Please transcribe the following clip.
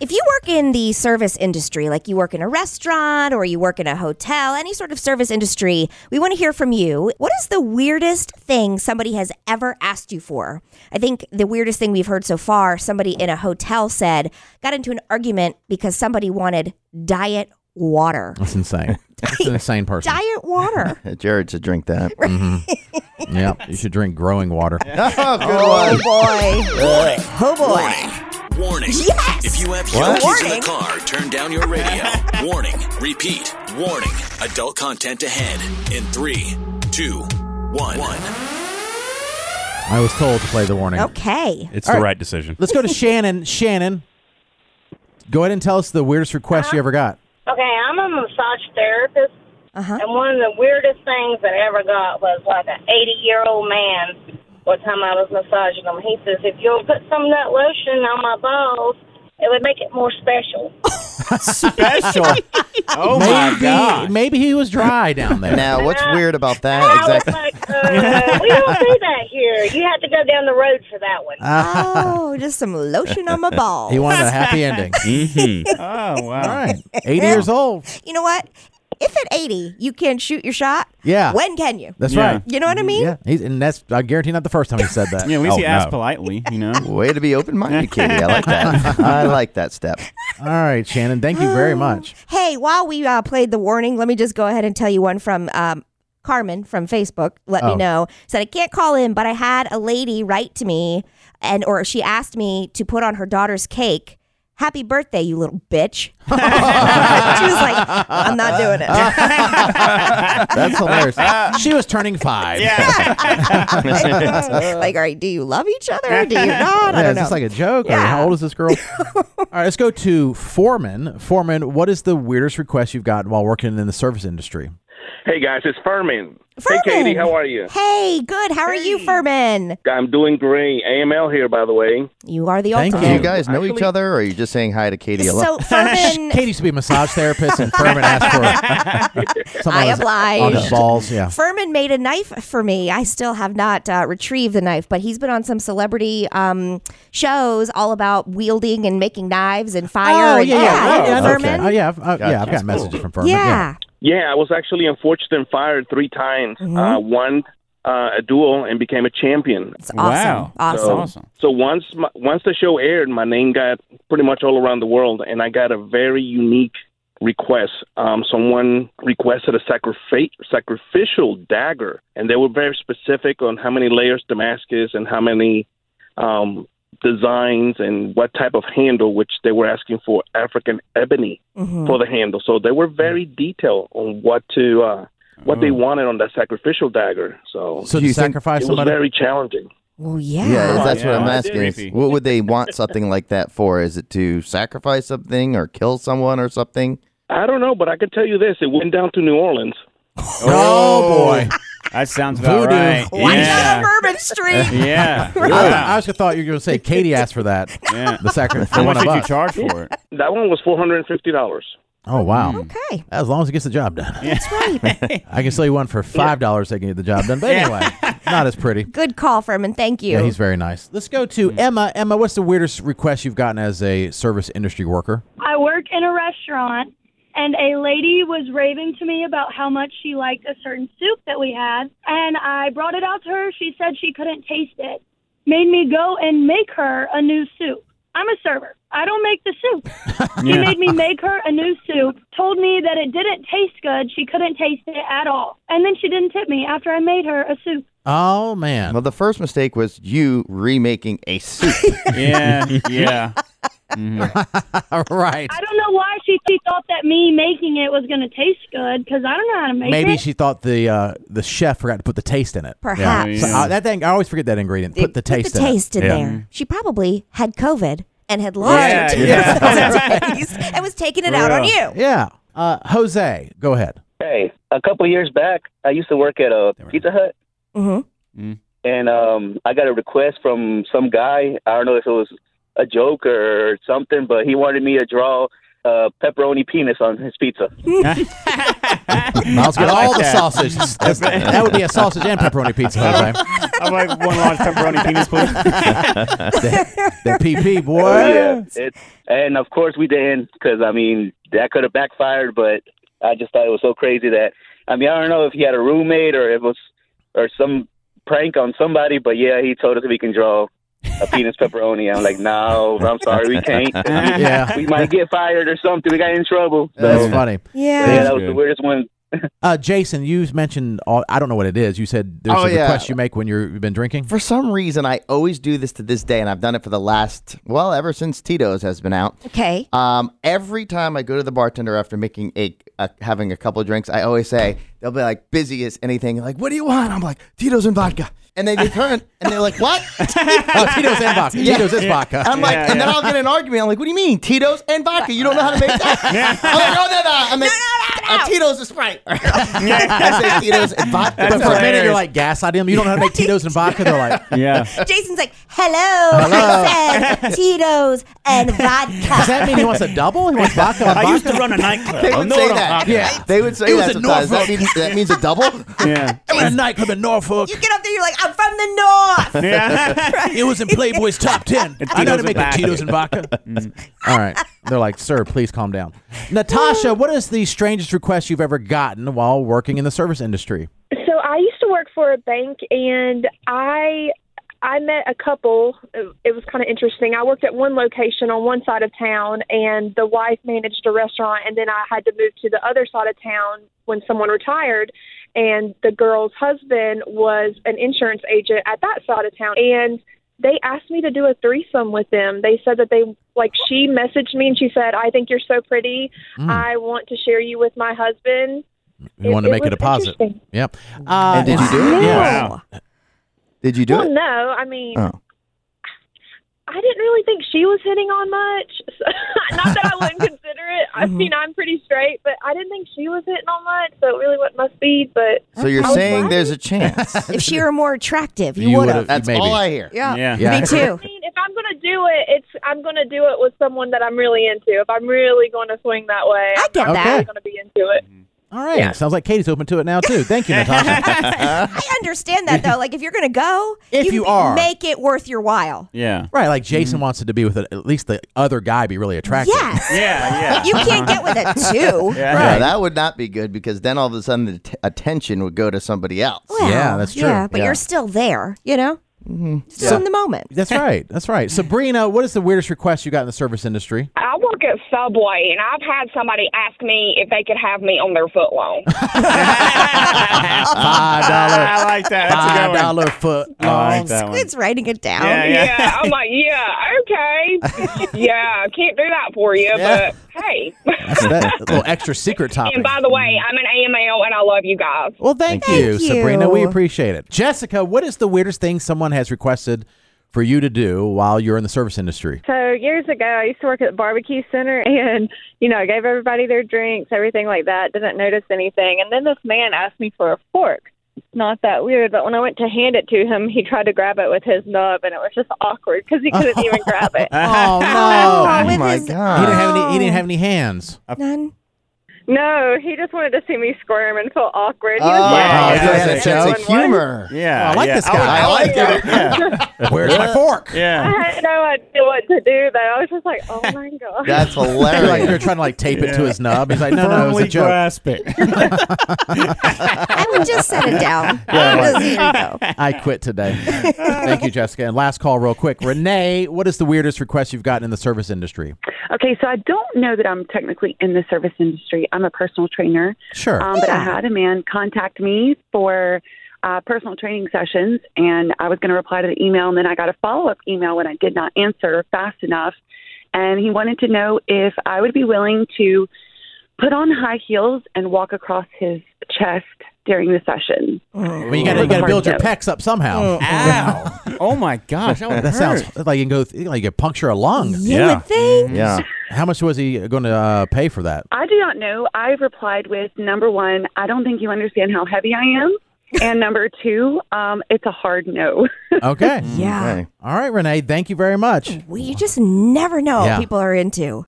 If you work in the service industry, like you work in a restaurant or you work in a hotel, any sort of service industry, we want to hear from you. What is the weirdest thing somebody has ever asked you for? I think the weirdest thing we've heard so far somebody in a hotel said, got into an argument because somebody wanted diet water. That's insane. That's an insane person. Diet water. Uh, Jared should drink that. yeah, you should drink growing water. oh, good oh one. boy. Oh boy. Warning. Yes! If you have What? young kids in Warning. the car, turn down your radio. Warning. Repeat. Warning. Adult content ahead. In three, two, one. I was told to play the warning. Okay. It's All the right. right, decision. Let's go to Shannon. Shannon, go ahead and tell us the weirdest request you ever got. Okay, I'm a massage therapist, Uh huh. and one of the weirdest things that I ever got was like an 80 year old man. One time I was massaging him, he says, "If you'll put some of that lotion on my balls, it would make it more special." Special. Oh maybe, maybe he was dry down there. Now, what's weird about And that I exactly? was like, uh, "We don't do that here. You have to go down the road for that one." Oh, just some lotion on my balls. He wanted a happy ending. Oh wow. All right. 80 years old. you know what? If at 80 you can shoot your shot, Yeah. when can you? That's Yeah. right. You know what I mean? Yeah. He's, and that's, I guarantee, not the first time he said that. Yeah, we Oh, see ask no. politely, you know. Way to be open minded, Katie. I like that. I like that step. All right, Shannon. Thank you very much. Hey, while we uh, played the warning, let me just go ahead and tell you one from um, Carmen from Facebook. Let me Oh. know. Said, I can't call in, but I had a lady write to me and or she asked me to put on her daughter's cake. Happy birthday, you little bitch. she was like, I'm not doing it. That's hilarious. she was turning five. Yeah. like, all right, do you love each other? Do you not? I Yeah, don't is know. this like a joke? Or Yeah. how old is this girl? All right, let's go to Foreman. Foreman, what is the weirdest request you've gotten while working in the service industry? Hey guys, it's Furman. Furman. Hey Katie, how are you? Hey, good. How are you, Furman? I'm doing great. AML here, by the way. You are the Thank ultimate. Do you Um, guys know each actually- other, or are you just saying hi to Katie? I love- Oh, So Furman, Katie used to be a massage therapist, and Furman asked for something I on his- on his obliged. balls. Yeah. Furman made a knife for me. I still have not uh, retrieved the knife, but he's been on some celebrity um, shows all about wielding and making knives and fire. Oh and, yeah, yeah, yeah, I know. Furman. Oh yeah, I've, uh, yeah. I've Gotcha. got messages from Furman. Yeah. Yeah, I was actually unfortunate and fired three times. Uh, one uh, a duel and became a champion. it's awesome, Wow. awesome. That's awesome. So once my, once the show aired, my name got pretty much all around the world, and I got a very unique request. Um, someone requested a sacrific- sacrificial dagger, and they were very specific on how many layers Damascus and how many um, designs and what type of handle, which they were asking for African ebony Mhm. for the handle. So they were very detailed on what to uh, what they wanted on that sacrificial dagger. So. So Do to you think- sacrifice it was somebody. very challenging. Well, yeah. yeah, that's yeah, what I'm that's asking. is creepy. What would they want something like that for? Is it to sacrifice something or kill someone or something? I don't know, but I can tell you this: it went down to New Orleans. oh boy. That sounds about Voodoo. right. Why yeah. not Bourbon Street? yeah. I, I Wow. was thought you were going to say Katie asked for that. Yeah. The sacrifice. How for one much of did you us. charge for it? That one was four hundred and fifty dollars. Oh wow. okay, As long as it gets the job done. that's right. I can sell you one for five dollars. They can get the job done. But anyway, not as pretty. Good call, Furman. Thank you. Yeah, he's very nice. Let's go to Emma. Emma, what's the weirdest request you've gotten as a service industry worker? I work in a restaurant, and a lady was raving to me about how much she liked a certain soup that we had. And I brought it out to her. She said she couldn't taste it. Made me go and make her a new soup. I'm a server. I don't make the soup. She Yeah. made me make her a new soup, told me that it didn't taste good. She couldn't taste it at all. And then she didn't tip me after I made her a soup. Oh man. Well, the first mistake was you remaking a soup. Yeah. Yeah. All right. I don't know why she, she thought that me making it was going to taste good because I don't know how to make Maybe it. she thought the uh, the chef forgot to put the taste in it. Perhaps So, uh, that thing I always forget that ingredient. Put the taste Put in the it. taste in Yeah. there. She probably had COVID and had lost Yeah, her two yeah. taste and was taking it out on you. Yeah. Uh, Jose, go ahead. Hey, a couple of years back, I used to work at a Pizza Hut, hmm and um, I got a request from some guy. I don't know if it was a joke or something, but he wanted me to draw uh, pepperoni penis on his pizza. Miles got I like all the that. sausage. That's- that would be a sausage and pepperoni pizza, by the way. I'm like one large pepperoni penis, please. The PP boy. Oh, yeah. It, and of course we didn't, because I mean that could have backfired. But I just thought it was so crazy that I mean I don't know if he had a roommate or it was or some prank on somebody. But yeah, he told us we can draw a penis pepperoni. I'm like, no, I'm sorry, we can't. Yeah. We might get fired or something. We got in trouble. So, That's funny. yeah, Yeah. that was the weirdest one. Uh, Jason, you mentioned all, I don't know what it is. You said there's Oh, a yeah. request you make when you're, you've been drinking. For some reason, I always do this to this day, and I've done it for the last, well, ever since Tito's has been out. Okay. Um, every time I go to the bartender after making a, a having a couple of drinks, I always say they'll be like busy as anything. Like, what do you want? I'm like Tito's and vodka, and they, they turn and they're like, what? Oh, Tito's and vodka. Tito's is vodka. And I'm like, and then I'll get an argument. I'm like, what do you mean Tito's and vodka? You don't know how to make that? I'm like, oh no, no, I'm No, like, no, no, no. "Uh, Tito's is Sprite. I say Tito's and vodka. but for a minute, you're hilarious. like gaslighting them. You don't know how to make Tito's and vodka. They're like, Yeah. Jason's like, hello, I said Tito's and does vodka. that mean he wants a double? He wants vodka on vodka? I used to run a nightclub. They I would know say what I'm that. talking Yeah. They would say It was that in sometimes. That Norfolk. means, that means a double? Yeah. It was a nightclub in Norfolk. You get up there, you're like, I'm from the north. Yeah. It was in Playboy's top ten. I know how to Tito's make and the vodka. Tito's and vodka. All right, they're like, sir, please calm down. Natasha, what is the strangest request you've ever gotten while working in the service industry? So I used to work for a bank, and I I met a couple. It it was kind of interesting. I worked at one location on one side of town, and the wife managed a restaurant, and then I had to move to the other side of town when someone retired. And the girl's husband was an insurance agent at that side of town, and they asked me to do a threesome with them. They said that they like she messaged me and she said, "I think you're so pretty. I want to share you with my husband." Mm. You want to make a was deposit? interesting. Yep. Uh, And did you do it? Yeah. Wow. Did you do well, it? no. I mean, Oh. I didn't really think she was hitting on much. So, not that I wouldn't consider it. I mean, I'm pretty straight, but I didn't think she was hitting on much, so it really wasn't my speed. But So you're I was saying right. there's a chance. If she were more attractive, you, You would would've. have. That's Maybe. all I hear. Yeah. Yeah. Me too. I mean, if I'm gonna do it, it's I'm gonna do it with someone that I'm really into. If I'm really going to swing that way, I get I'm that. really gonna be into it. All right. Sounds like Katie's open to it now too. Thank you, Natasha. I understand that though. Like if you're gonna go, If you are. make it worth your while. Yeah. right. Like Jason wants it to be with a, at least the other guy be really attractive. Yes. Yeah. You can't get with a two. Yeah. Right. Yeah, that would not be good because then all of a sudden the t- attention would go to somebody else. Well, Yeah, Mm-hmm. that's true. Yeah, but Yeah. you're still there, you know? Just in the moment. That's right. That's right. Sabrina, what is the weirdest request you got in the service industry? I work at Subway, and I've had somebody ask me if they could have me on their foot long. Five dollar, I like that. That's a five good one. dollar foot I like longs. that one. It's writing it down. Yeah, yeah. yeah, I'm like, yeah, okay, yeah, I can't do that for you, Yeah. but hey. That's that little extra secret topic. and by the way, I'm an AML, and I love you guys. Well, thank, Thank you, you. Sabrina. We appreciate it. Jessica, what is the weirdest thing someone has requested for you to do while you're in the service industry? So years ago, I used to work at the barbecue center, and you know, I gave everybody their drinks, everything like that. Didn't notice anything, and then this man asked me for a fork. Not that weird, but when I went to hand it to him, he tried to grab it with his nub, and it was just awkward because he couldn't even grab it. Oh Oh, no! with my his- God. He didn't have any. He didn't have any hands. None. No, he just wanted to see me squirm and feel awkward. He was Oh, yeah, yeah, yeah, that's yeah. a sense of Everyone humor. Yeah. Oh, I like yeah. Oh, this I guy. I like it. Where's my fork? Yeah. I had no idea what to do though. I was just like, oh my god. That's You're like you're hilarious. trying to like tape it to his nub. He's like, no, no, it was a Firmly joke. grasp it. I would just set it down. Just- here you go. I quit today. Thank you, Jessica. And last call, real quick. Renee, what is the weirdest request you've gotten in the service industry? Okay, so I don't know that I'm technically in the service industry. I'm a personal trainer, Sure. um, but I had a man contact me for uh, personal training sessions, and I was going to reply to the email, and then I got a follow up email when I did not answer fast enough, and he wanted to know if I would be willing to put on high heels and walk across his chest during the session. well, you gotta, you gotta build your pecs up somehow. Ow. Oh my gosh. That, would That hurt. sounds like you can go th- like you puncture a lung. You Yeah. would think. yeah. How much was he going to uh, pay for that? I do not know. I've replied with number one, I don't think you understand how heavy I am. And number two, um, it's a hard no. Okay. Yeah. Mm, Okay. All right, Renee. Thank you very much. We just never know Yeah. what people are into.